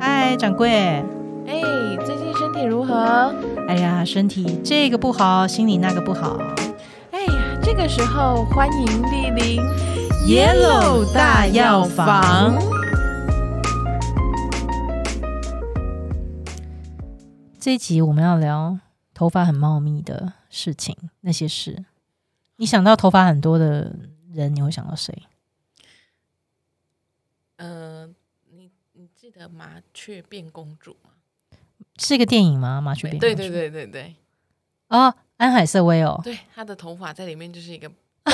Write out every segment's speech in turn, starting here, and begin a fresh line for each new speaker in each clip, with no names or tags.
嗨，掌柜。
哎，最近身体如何？
哎呀，身体这个不好，心里那个不好。
哎呀，这个时候欢迎莅临
Yellow 大药房。这一集我们要聊头发很茂密的事情，那些事。你想到头发很多的人，你会想到谁？
嗯、你你记得麻雀变公主吗？
是一个电影吗？麻雀变
对
公
对
主
对对对，
哦，安海瑟薇哦，
对，她的头发在里面就是一个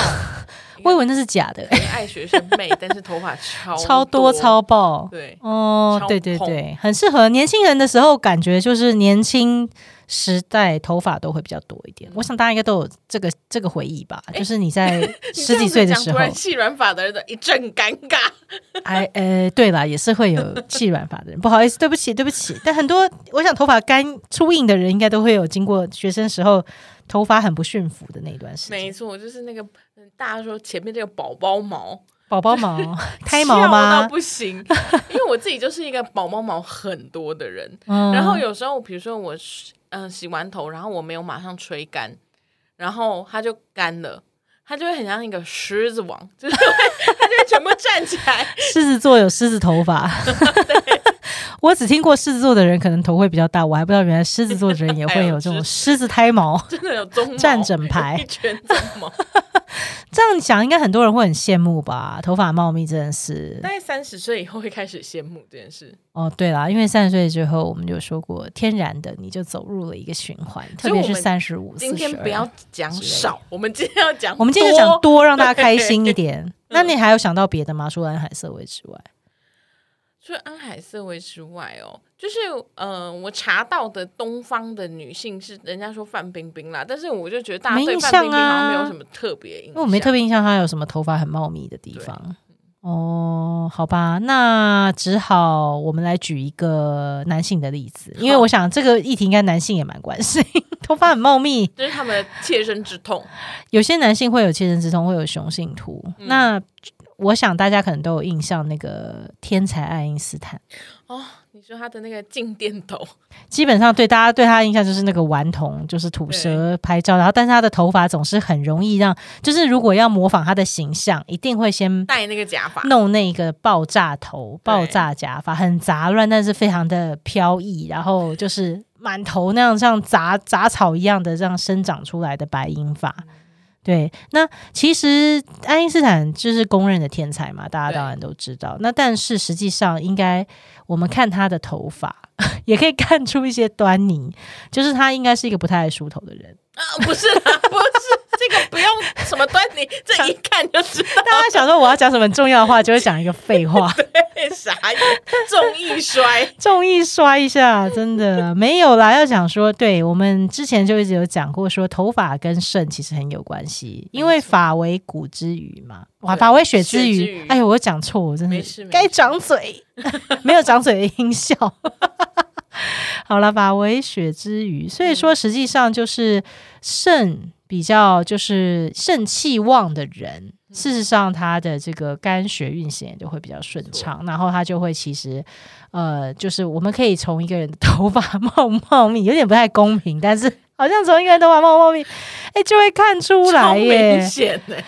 我以为那是假的，
可爱学生妹，但是头发超
超
多
多超爆。
对，
哦，
超
对对
蓬
对，很适合年轻人的时候，感觉就是年轻时代头发都会比较多一点。我想大家应该都有这个这个回忆吧，
哎
就是你 在十几岁的时候
突，然细软发的人的一阵尴尬。
哎呃，对啦，也是会有细软发的人，不好意思，对不起，对不起。但很多我想头发干粗硬的人，应该都会有经过学生时候头发很不驯服的那一段时
没
间。
错，就是那个嗯大家说前面这个宝宝毛，
宝宝 毛胎毛
翘到
吗？
不行，因为我自己就是一个宝宝毛很多的人。
嗯
然后有时候，比如说我洗嗯、洗完头，然后我没有马上吹干，然后它就干了，它就会很像一个狮子王，就是会它就会全部站起来。
狮子座有狮子头发。我只听过狮子座的人可能头会比较大，我还不知道原来狮子座的人也会有这
还有
种狮子胎毛。
真的有鬃毛
站整排
一圈鬃毛，
这样想，应该很多人会很羡慕吧？头发茂密真的是
大概三十岁以后会开始羡慕这件事，
哦，对啦，因为三十岁之后，我们就说过，天然的你就走入了一个循环，特
所以我
别
们
是三十五、
今天
42
不要讲
之类的
少，我们今天要讲，
我们今天就讲
多。
多，让大家开心一 点。那你还有想到别的吗？除了安海瑟薇之外，
除了安海瑟薇之外，哦，就是呃，我查到的东方的女性是人家说范冰冰啦，但是我就觉得大家
没
对
印
范
象
冰冰好像没
啊
有什么特别印
因
象，
为我没特别印象她有什么头发很茂密的地方。哦，好吧，那只好我们来举一个男性的例子，因为
好
我想这个议题应该男性也蛮关心，头发很茂密。
这是他们的切身之痛。
有些男性会有切身之痛，会有雄性秃。那我想大家可能都有印象，那个天才爱因斯坦，
哦，你说他的那个静电头，
基本上对大家对他的印象就是那个顽童，就是吐舌拍照，然后但是他的头发总是很容易让，就是如果要模仿他的形象，一定会先
戴那个假发，
弄那个爆炸头、爆炸假发，很杂乱，但是非常的飘逸，然后就是满头那样像杂杂草一样的这样生长出来的白银发。对，那其实爱因斯坦就是公认的天才嘛，大家
对
当然都知道。那但是实际上，应该我们看他的头发， 也可以看出一些端倪，就是他应该是一个不太爱梳头的人。
啊，不是 啦，不是这个不用什么端倪，这一看就知道
大家想说我要讲什么重要的话，就会讲一个废话。
啥眼，重易摔。
综艺刷一 下，真的没有啦。要讲说，对我们之前就一直有讲过说头发跟肾其实很有关系，因为发为骨之余嘛，哇，
对
发为血之
血之
余
余。
哎呦，我讲错，我真
没事
是
没事
该长嘴，没有长嘴的音效。好了，发为血之余，所以说实际上就是肾比较就是肾气旺的人，事实上他的这个肝血运行也就会比较顺畅，然后他就会其实呃，就是我们可以从一个人的头发茂茂密，有点不太公平，但是好像从一个人头发茂茂密，哎，就会看出
超
来
明
耶，
显哎、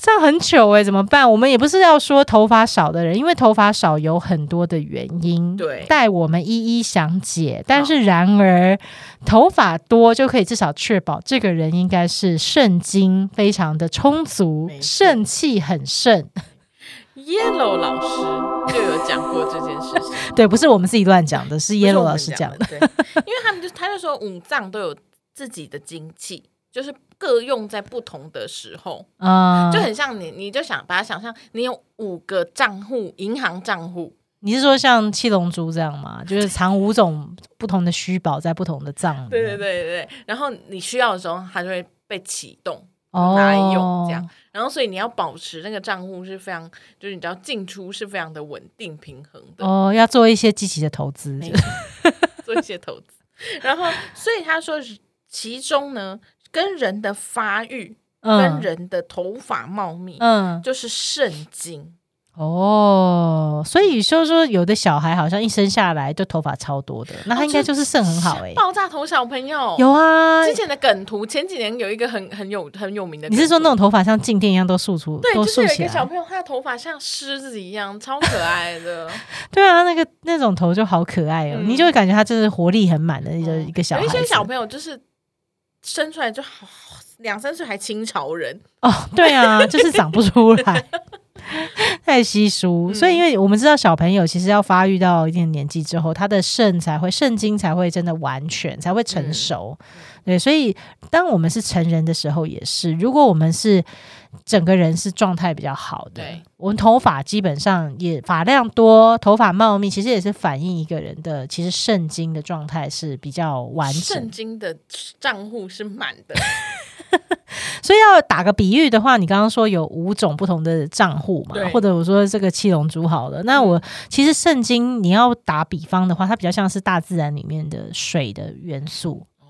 这样很糗哎，怎么办？我们也不是要说头发少的人，因为头发少有很多的原因，
对
待我们一一详解。但是然而，头发多就可以至少确保这个人应该是肾精非常的充足
没，错
肾气很盛。
，Yellow 老师就有讲过这件事情。
对，不是我们自己乱讲的，是
不是
Yellow
我
老
们
师讲的。
的，对，因为他们就他就说五脏都有自己的精气，就是各用在不同的时候，
嗯，
就很像你，你就想把它想象，你有五个账户，银行账户，
你是说像七龙珠这样 吗？就是藏五种不同的虚宝在不同的藏里面。
对对对对对，然后你需要的时候，它就会被启动。
哦，
拿来用这样。然后，所以你要保持那个账户是非常，就是你知道进出是非常的稳定平衡的。
哦，要做一些积极的投资。
没做一些投资。然后，所以他说，其中呢，跟人的发育、跟
嗯
人的头发茂密，
嗯
就是肾精。
哦，所以说说有的小孩好像一生下来就头发超多的，那他应该就是肾很好哎、
哦爆炸头小朋友
有啊，
之前的梗图，前几年有一个很很有很有名的梗
你
图，
是说那种头发像静电一样都竖出，
对，
都
就是
竖
有一
起
个小
来？
朋友，他的头发像狮子一样，超可爱的。
对啊，那个那种头就好可爱哦，
嗯
你就会感觉他真的活力很满 的一个、
嗯
一个小孩
有一
子。
些小朋友就是生出来就好，两三岁还清朝人，
哦，对 啊，就是长不出来， 太稀疏。
嗯
所以，因为我们知道小朋友其实要发育到一定年纪之后，他的肾才会、肾精才会真的完全，才会成熟。
嗯
对，所以当我们是成人的时候也是，如果我们是整个人是状态比较好的
对，
我们头发基本上也发量多，头发茂密，其实也是反映一个人的其实肾精的状态是比较完整
圣经的账户是满 的。
所以要打个比喻的话，你刚刚说有五种不同的账户嘛
对，嗯
或者我说这个七龙珠好了，那我其实圣经你要打比方的话，它比较像是大自然里面的水的元素，
哦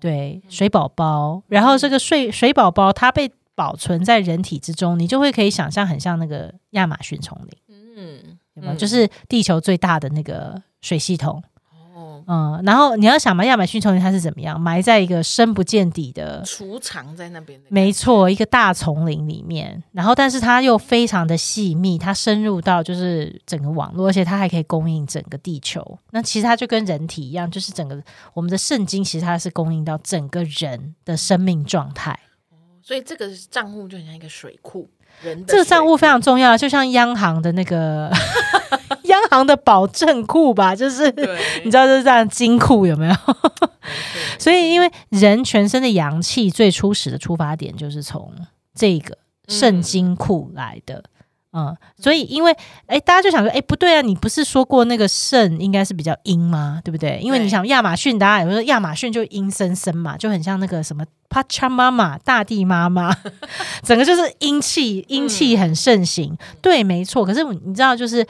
对，水宝宝，然后这个
嗯
水水宝宝它被保存在人体之中，你就会可以想象很像那个亚马逊丛林，
嗯，
有没有？
嗯
就是地球最大的那个水系统，
哦，
嗯，然后你要想嘛，亚马逊丛林它是怎么样，埋在一个深不见底的
储藏在那边的，
没错，一个大丛林里面，然后但是它又非常的细密，它深入到就是整个网络，而且它还可以供应整个地球。那其实它就跟人体一样，就是整个我们的圣经，其实它是供应到整个人的生命状态。
所以这个账户就很像一个水库。人的
这个账户
水库
非常重要，就像央行的那个 央行的保证库吧，就是
对，
你知道，就是这样金库有没有？
没错
所以，因为人全身的阳气最初始的出发点就是从这个
嗯
圣经库来的。嗯所以因为哎，大家就想说，哎，不对啊，你不是说过那个肾应该是比较阴吗？对不对？因为
对
你想亚马逊，大家也会说亚马逊就阴森森嘛，就很像那个什么 Pachamama 大地妈妈， 整个就是阴气，阴气很盛行。对，没错。可是你知道，就是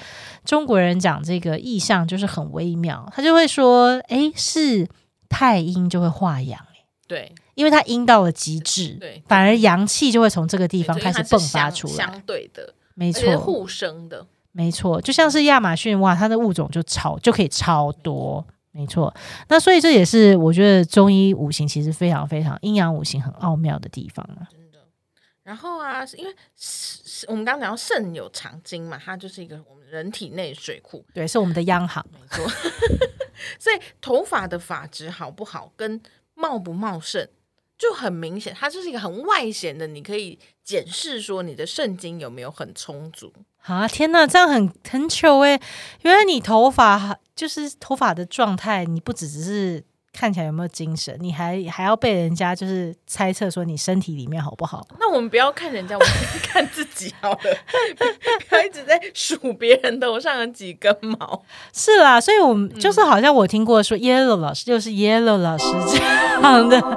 中国人讲这个意象就是很微妙，他就会说，哎，是太阴就会化阳，
对
因为它阴到了极致，
对，
反而阳气就会从这个地
地
方开始迸发出来。
相对的，
没
而且是
错，
互生的，
没错，就像是亚马逊哇，它的物种就超就可以超多。没错，那所以这也是我觉得中医五行其实非常非常阴阳五行很奥妙的地方啊。
真的。然后啊，是因为是是我们刚刚讲到肾有藏精嘛，它就是一个我们人体内水库，
对，是我们的央行。
没错。 所以头发的发质好不好，跟茂不茂盛，就很明显，它就是一个很外显的，你可以检视说你的肾精有没有很充足。
啊天呐，这样很很糗哎、原来你头发就是头发的状态，你不只只是看起来有没有精神，你还还要被人家就是猜测说你身体里面好不好。
那我们不要看人家，我们看自己好了， 不要一直在数别人头上的几根毛。
是啦，所以我们就是好像我听过说 Yellow 老师就是 Yellow 老师这样的，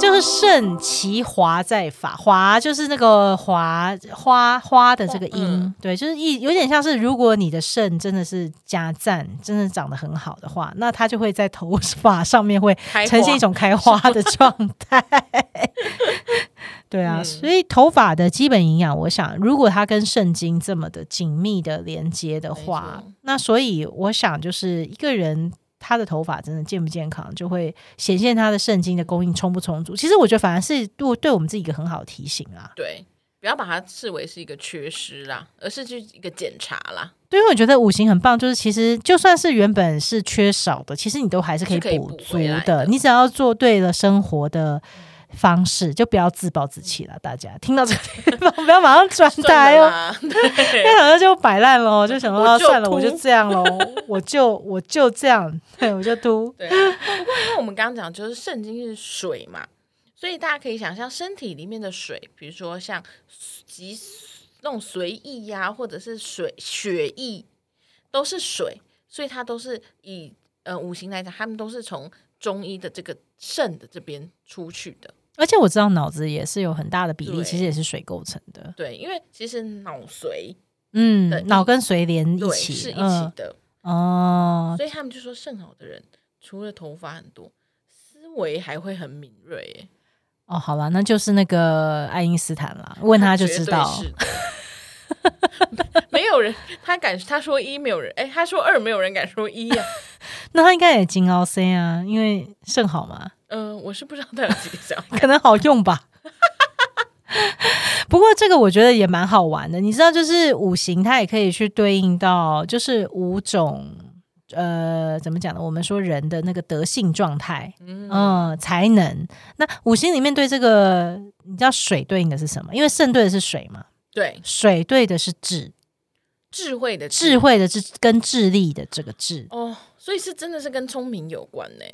就是盛其华在法，华就是那个华花花的这个音，
嗯
对，就是一有点像是如果你的肾真的是加赞，真的长得很好的话，那它就会在头发上面会
开花
呈现一种开花的状 态。对啊，
嗯
所以头发的基本营养，我想如果它跟肾经这么的紧密的连接的话
没错，
那所以我想就是一个人。他的头发真的健不健康，就会显现他的肾经的供应充不充足。其实我觉得反而是对对我们自己一个很好的提醒啊啦。
对，不要把它视为是一个缺失啦，而是去一个检查啦，
对，因为我觉得五行很棒，就是其实就算是原本是缺少的，其实你都还是可以
是可以
补
补
足
回来
的。
的
你只要做对了生活的方式，就不要自暴自弃了。大家听到这个地 方，不要马上转台哦。
算 了啦
因 为好像就摆烂喽，就想说、
我
啊
就
算了，
秃
我就这样喽，我就我就这样，对，我就 秃。
对，不过因为我们刚刚讲就是肾经是水嘛，所以大家可以想象身体里面的水，比如说像极那种随意呀、或者是水血液，都是水，所以它都是以呃五行来讲，他们都是从中医的这个肾的这边出去的。
而且我知道脑子也是有很大的比例，
对
其实也是水构成的，
对，因为其实脑髓对
嗯，脑跟水连一
对
起，
是一起
嗯，
的，
哦，
所以他们就说肾好的人，除了头发很多，思维还会很敏锐耶。
哦，好了，那就是那个爱因斯坦啦，问他就
绝
知
对
道，
是的 没有人他敢他说一没有人，哎，他说二没有人敢说一啊 呀、
那他应该也金鳌 C 啊，因为肾好嘛。
嗯、我是不知道他有几个小孩。
可能好用吧。 不过这个我觉得也蛮好玩的，你知道，就是五行它也可以去对应到，就是五种呃怎么讲呢？我们说人的那个德性状态，嗯、才能。那五行里面对这个，你知道水对应的是什么？因为肾对的是水嘛，
对，
水对的是智，
智慧的
智慧的智跟智力的这个智。
哦，所以是真的是跟聪明有关呢、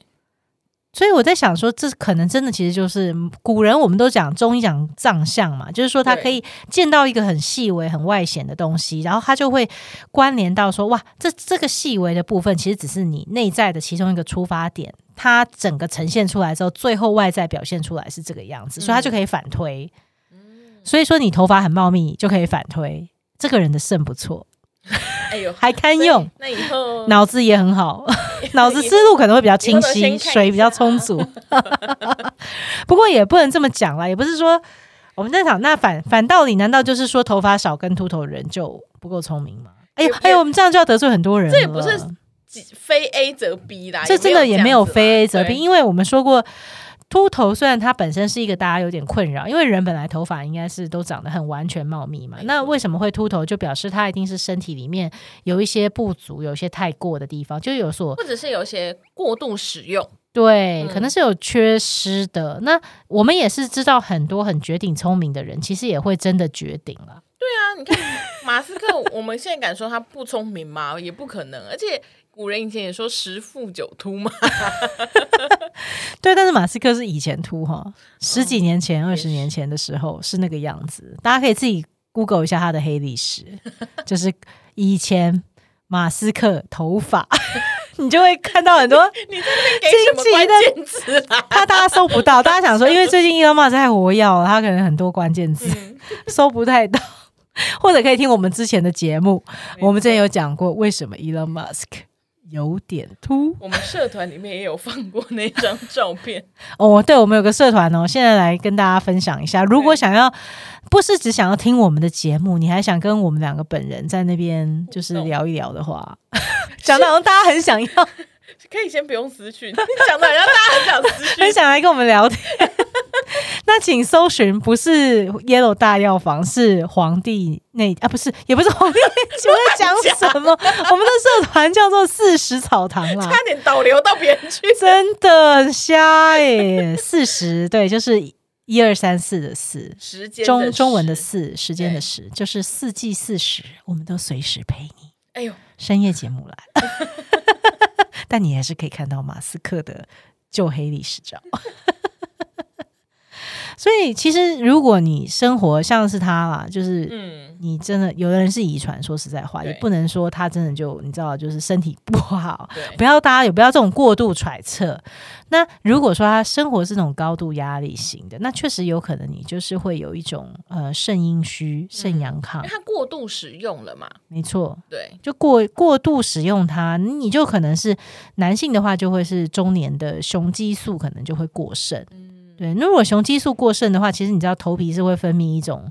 所以我在想说，这可能真的其实就是古人，我们都讲中医讲藏象嘛，就是说他
对
可以见到一个很细微、很外显的东西，然后他就会关联到说，哇，这这个细微的部分其实只是你内在的其中一个出发点，它整个呈现出来之后，最后外在表现出来是这个样子，所以
嗯
他就可以反推。所以说你头发很茂密，就可以反推这个人的肾不错，
哎呦，
还堪用。
所以那以后
脑子也很 好，脑子思路可能会比较清
嗯以后
晰，
都先看一
水比较
下
充足。 不过也不能这么讲啦，也不是说我们在想，那反反道理，难道就是说头发少跟秃头人就不够聪明吗？哎呦
也不
哎呦，我们这样就要得罪很多人了。
这也不是几非 A 则 B 啦，
这真的也没有
这样子啦
非 A 则 B，
对
因为我们说过。秃头虽然它本身是一个大家有点困扰，因为人本来头发应该是都长得很完全茂密嘛
没，错
那为什么会秃头？就表示它一定是身体里面有一些不足，有一些太过的地方，就有所
或者是有一些过度使用，
对，可
嗯
能是有缺失的。那我们也是知道很多很绝顶聪明的人，其实也会真的绝顶了。
对啊，你看马斯克，我们现在敢说他不聪明吗？也不可能。而且古人以前也说十富九秃嘛，
对，但是马斯克是以前秃哈，十几年前、二十、年前的时候哦是那个样子。大家可以自己 Google 一下他的黑历 史，就是以前马斯克头发， 你就会看到很多
你在那边给什么关键词啊啦？
怕大家搜不到，大家想说，因为最近 Elon Musk 太活跃了，他可能很多关键字、
嗯
搜不太到， 或者可以听我们之前的节目，我们之前有讲过为什么 Elon Musk 有点秃
我们社团里面也有放过那张照片，
哦。对，我们有个社团哦，现在来跟大家分享一下，如果想要不是只想要听我们的节目，你还想跟我们两个本人在那边就是
互动
聊一聊的话， 讲的好像大家很想要，
可以先不用私讯，讲的好像大家很想私
很
讯。
想来跟我们聊天。那请搜寻不是 Yellow 大药房，是皇帝那啊，不是，也不是皇帝。请问讲什么？我们的社团叫做四十草堂啦，
差点导流到别人 去，
真的很瞎
欸
耶、四十对，就是一二三四的四，
时间的
中中文的
时，
四，时间的
对
时，就是四季四十，我们都随时陪你。
哎呦，
深夜节目 来，但你还是可以看到马斯克的旧黑历史照。 所以，其实如果你生活像是他啦，就是
嗯，
你真的有的人是遗传，说实在话，也
对
不能说他真的就你知道，就是身体不好。
对
不，要大家有不要这种过度揣测。那如果说他生活是那种高度压力型的，那确实有可能你就是会有一种呃肾阴虚、肾阳
因
亢，
为他过度使用了嘛，
没错，
对，
就过过度使用它，你就可能是男性的话，就会是中年的雄激素可能就会过剩。对，那如果雄激素过剩的话，其实你知道头皮是会分泌一种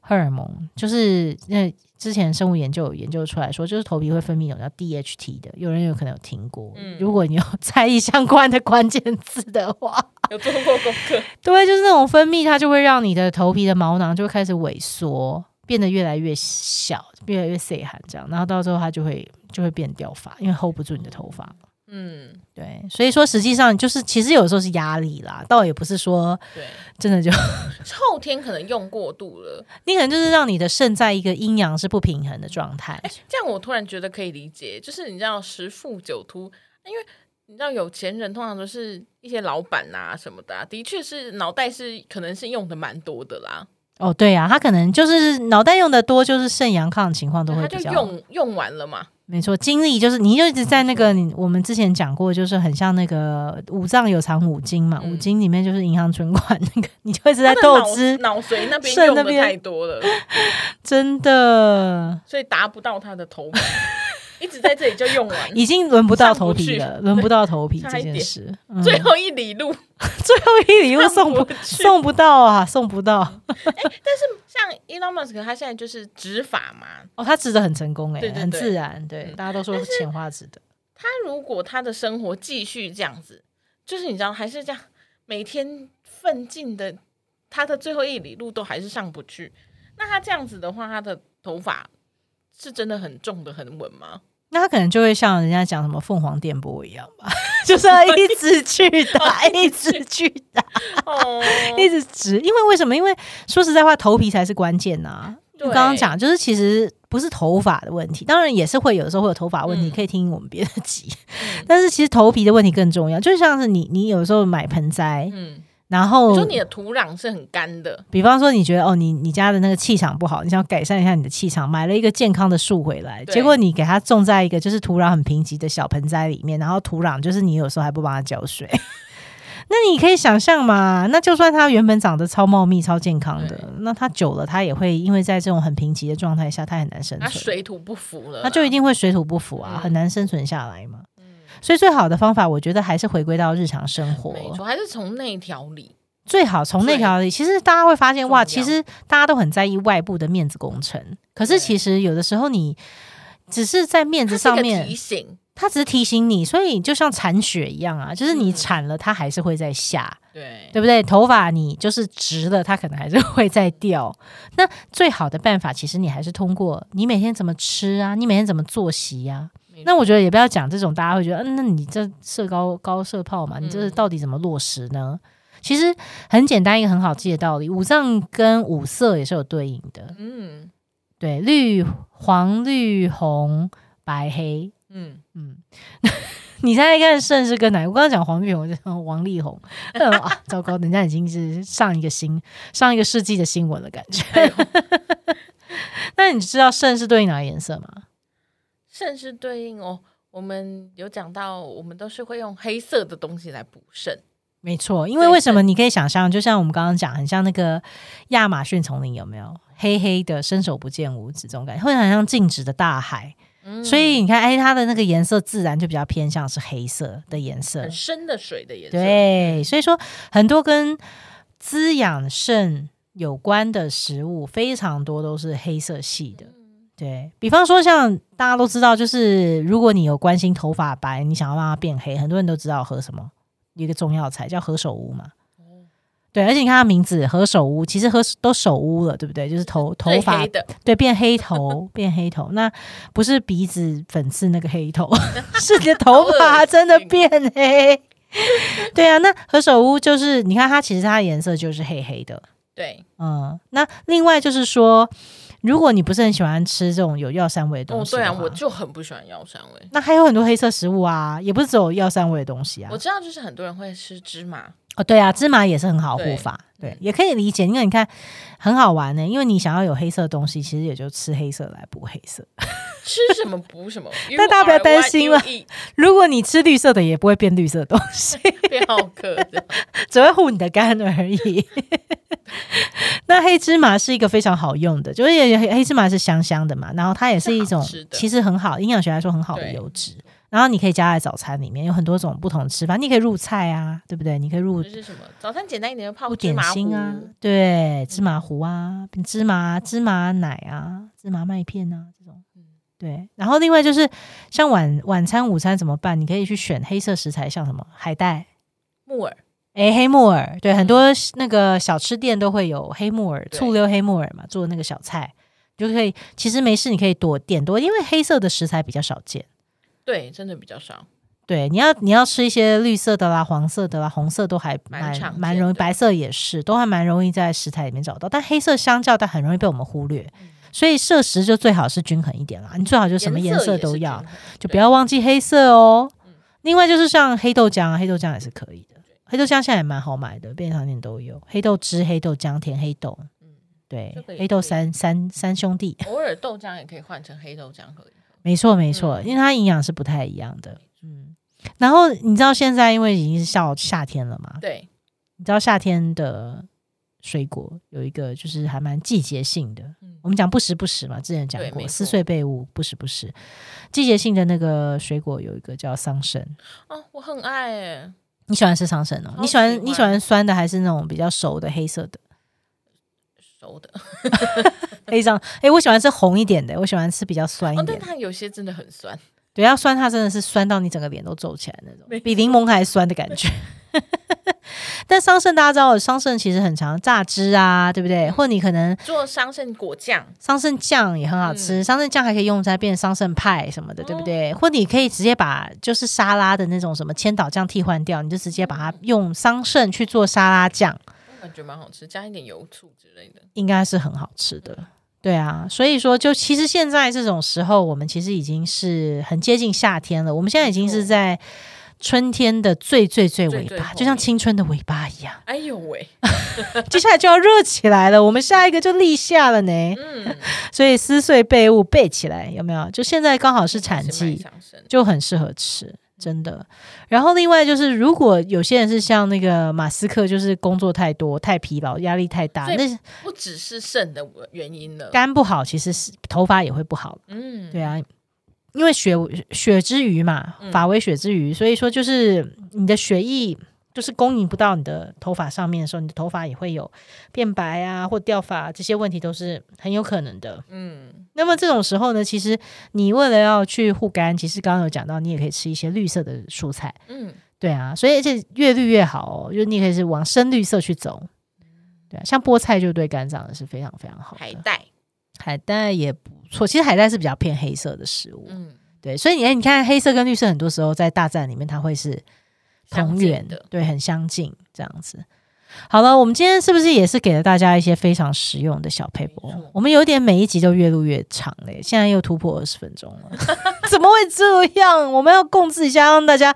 荷尔蒙，就是那之前生物研究有研究出来说，就是头皮会分泌一种叫 DHT 的，有人有可能有听过。
嗯
如果你有 在意相关的关键字的话，
有做过功课，
对，就是那种分泌，它就会让你的头皮的毛囊就会开始萎缩，变得越来越小，越来越细寒这样，然后到最后它就会就会变掉发，因为 hold 不住你的头发。
嗯，
对，所以说实际上就是其实有时候是压力啦，倒也不是说
对，
真的就
后天可能用过度了。
你可能就是让你的肾在一个阴阳是不平衡的状态。
这样我突然觉得可以理解，就是你知道十富九秃，因为你知道有钱人通常都是一些老板呐、什么的啊、的确是脑袋是可能是用的蛮多的啦，
哦，对啊，他可能就是脑袋用的多，就是肾阳亢的情况都
他
会
就
比较
用用完了嘛，
没错，精力就是你就一直在那
嗯
个，你我们之前讲过，就是很像那个五脏有藏五经嘛，
嗯
五经里面就是银行存款那个， 你就一直在
他的
透
脑
支，
脑髓那边
肾
用
那
的
边
太多了，
真的。
所以达不到他的头脑。一直在这里就用完，
已经轮不到头皮
上不
了，
去
轮不到头皮
差
这
一
件
点
事。 嗯
最后一里路。
最后一礼物
上
送不
不去
送不到啊，送不到。
像 Elon Musk 他现在就是执法嘛，
哦，他织的很成功哎、
对对
很
对
自然，对，
嗯
大家都说钱花织的。
他如果他的生活继续这样子，就是你知道还是这样，每天奋进的，他的最后一里路都还是上不去。那他这样子的话，他的头发是真的很重的很稳 吗？
那他可能就会像人家讲什么凤凰电波一样吧， 就是要一直去 打，一直去打，
哦，
一直直。因为为什么？因为说实在话，头皮才是关键呐、我
对
刚刚讲，就是其实不是头发的问题，当然也是会有的时候会有头发问题，
嗯
可以听我们别的集。
嗯
但是其实头皮的问题更重要，就像是你，你有时候买盆栽，
嗯，
然后
你说你的土壤是很干的，
比方说，你觉得哦，你你家的那个气场不好，你想要改善一下你的气场，买了一个健康的树回来，
对
结果你给它种在一个就是土壤很贫瘠的小盆栽里面，然后土壤就是你有时候还不帮它浇水， 那你可以想象嘛，那就算它原本长得超茂密、超健康的
对，
那它久了，它也会因为在这种很贫瘠的状态下，它很难生
它
存，
啊水土不服了啦，
那就一定会水土不服啊，
嗯
很难生存下来嘛。
嗯
所以最好的方法，我觉得还是回归到日常生活，
没错，还是从内调理。
最好从那
最
条里，其实大家会发现，
重
哇，
要
其实大家都很在意外部的面子工程，可是
对
其实有的时候你只是在面
它
子
是一
上
个
面
提，醒，
他只是提醒你，所以就像铲雪一样啊，就是你
嗯
铲了，它还是会再下，
对
对不对？头发你就是直了，它可能还是会再掉。那最好的办法，其实你还是通过你每天怎么吃啊，你每天怎么作息啊。
没错
那我觉得也不要讲这种，大家会觉得，嗯，那你这射高高射炮嘛，你这
嗯
到底怎么落实呢？其实很简单，一个很好记的道理，五脏跟五色也是有对应的，
嗯
对，绿、黄、绿、红、白、黑，
嗯，
嗯。你现在看肾是跟哪个？我刚刚讲黄绿红， 就是王力宏、嗯啊，糟糕，人家已经是上一个新上一个世纪的新闻了，感觉。
哎呦
那你知道肾是对应哪个颜色吗？
肾是对应哦，我们有讲到，我们都是会用黑色的东西来补肾。
没错，因为
对
为什么你可以想象，就像我们刚刚讲，很像那个亚马逊丛林，有没有黑黑的伸手不见五指这种感觉，会很像静止的大海。
嗯
所以你看，哎，它的那个颜色自然就比较偏向是黑色的颜色
很。深的水的颜色，
对，所以说很多跟滋养肾有关的食物，非常多都是黑色系的。
嗯，
对比方说，像大家都知道，就是如果你有关心头发白，你想要让它变黑，很多人都知道喝什么，有一个中药材叫何首乌嘛。
哦
对，而且你看它名字何首乌，其实何都首乌了，对不对？就是头头
最
发
黑的
对变黑头，变黑头，那不是鼻子粉刺那个黑头， 是你的头发真
哦
的变黑。 对啊，那何首乌就是你看它，其实它的颜色就是黑黑的，
对，
嗯，那另外就是说，如果你不是很喜欢吃这种有药膳味的东
哦
西
对
的
啊，
话
我就很不喜欢药膳味。
那还有很多黑色食物啊，也不是只有药膳味的东西啊
我。知道，就是很多人会吃芝麻，
哦，对啊，芝麻也是很好护
对
法，对，
嗯
也可以理解，因为你看很好玩呢、因为你想要有黑色的东西，其实也就吃黑色来补黑色。。
吃什么补什么
但大家不要担心嘛
U-R-Y-U-E，
如果你吃绿色的，也不会变绿色的东西，
标刻 的，
只会护你的肝而已。 那黑芝麻是一个非常好用的，就是也黑黑芝麻是香香的嘛，然后它也是一种
是好吃的
其实很好，营养学来说很好的
对
油脂。然后你可以加在早餐里面，有很多种不同的吃法，你可以入菜啊，对不对？你可以入
就是什么早餐简单一点，就泡
入
嗯芝
点
麻糊
心啊，对，芝麻糊啊，芝麻芝麻奶啊，芝麻麦片啊这种
嗯。
对，然后另外就是像晚晚餐、午餐怎么办？你可以去选黑色食材，像什么海带、
木耳，
诶，黑木耳，对，很多那个小吃店都会有黑木耳，
嗯对
醋溜黑木耳嘛，做那个小菜，你就可以。其实没事，你可以多点多，因为黑色的食材比较少见。
对，真的比较少。
对，你要你要吃一些绿色的啦、黄色的啦、红色都还
蛮
蛮
常见
蛮容易，
的
白色也是，都还蛮容易在食材里面找到。但黑色相较，但很容易被我们忽略，
嗯
所以摄食就最好是均衡一点啦。你最好就什么颜色
也是
都
均
要，
衡，
就不
对
要忘记黑色哦
嗯。
另外就是像黑豆浆啊，黑豆浆也是可以的。黑豆浆现在也蛮好买的，便利商店都有。黑豆汁、黑豆浆、甜黑豆，
嗯
对
这个，也
黑豆
可以
三三三兄弟，
偶尔豆浆也可以换成黑豆浆喝一喝。
没错没错，
嗯
因为它营养是不太一样的。嗯，然后你知道现在因为已经是夏夏天了嘛，
对，
你知道夏天的水果有一个就是还蛮季节性的。
嗯
我们讲不时不时嘛，之前讲
对
过
没
撕
错
碎被物不时不时，季节性的那个水果有一个叫桑葚，
哦，我很爱哎、
你喜欢吃桑葚哦？
超
你喜欢
喜
你喜
欢
欢酸的还是那种比较熟的黑色的？
熟的
黑桑，哎，我喜欢吃红一点的，我喜欢吃比较酸一
哦，
点
但
的。
它有些真的很酸，
对，要酸它真的是酸到你整个脸都皱起来那种
没，
比柠檬还酸的感觉。 但桑葚大家知道，桑葚其实很常榨汁啊，对不
嗯
对？或你可能
做桑葚果酱，
桑葚酱也很好
嗯
吃，桑葚酱还可以用在变桑葚派什么的，对不对？
哦
或你可以直接把就是沙拉的那种什么千岛酱替换掉，你就直接把它用桑葚去做沙拉酱。
感觉蛮好吃，加一点油醋之类的。
应该是很好吃的。
嗯
对啊，所以说，就其实现在这种时候，我们其实已经是很接近夏天了。我们现在已经是在春天的最最最尾巴，
最最后
就像青春的尾巴一样，
哎呦喂，
接下来就要热起来了。我们下一个就立夏了呢，
嗯，
所以撕碎被物备起来，有没有？就现在刚好是产
先买
季，
桑葚，
就很适合吃，
嗯
真的。然后另外就是，如果有些人是像那个马斯克，就是工作太多、太疲劳、压力太大，
所以
那
不只是肾的原因了。
肝不好，其实是头发也会不好。
嗯，
对啊，因为血血之余嘛，
嗯
法为血之余，所以说就是你的血液就是供应不到你的头发上面的时候，你的头发也会有变白啊或掉发、这些问题，都是很有可能的。
嗯，
那么这种时候呢，其实你为了要去护肝，其实刚刚有讲到，你也可以吃一些绿色的蔬菜。
嗯
对啊，所以而且越绿越好哦，就是你可以是往深绿色去走。对啊，像菠菜就对肝脏是非常非常好的，
海带，
海带也不错。其实海带是比较偏黑色的食物，
嗯，
对，所以你哎你看黑色跟绿色很多时候在大战里面它会是同
相近
源
的，
对，很相近这样子。好了，我们今天是不是也是给了大家一些非常实用的小配博
没错？
我们有点每一集都越录越长嘞，现在又突破二十分钟了， 怎么会这样？我们要控制一下，让大家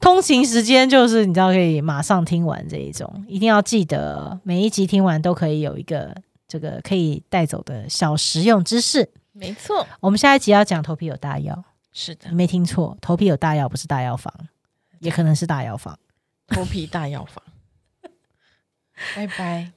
通勤时间就是你知道可以马上听完这一种，一定要记得每一集听完都可以有一个这个可以带走的小实用知识。
没错，
我们下一集要讲头皮有大药。
是的
你，没听错，头皮有大药不是大药房，也可能是大药房。
头皮大药房，拜拜。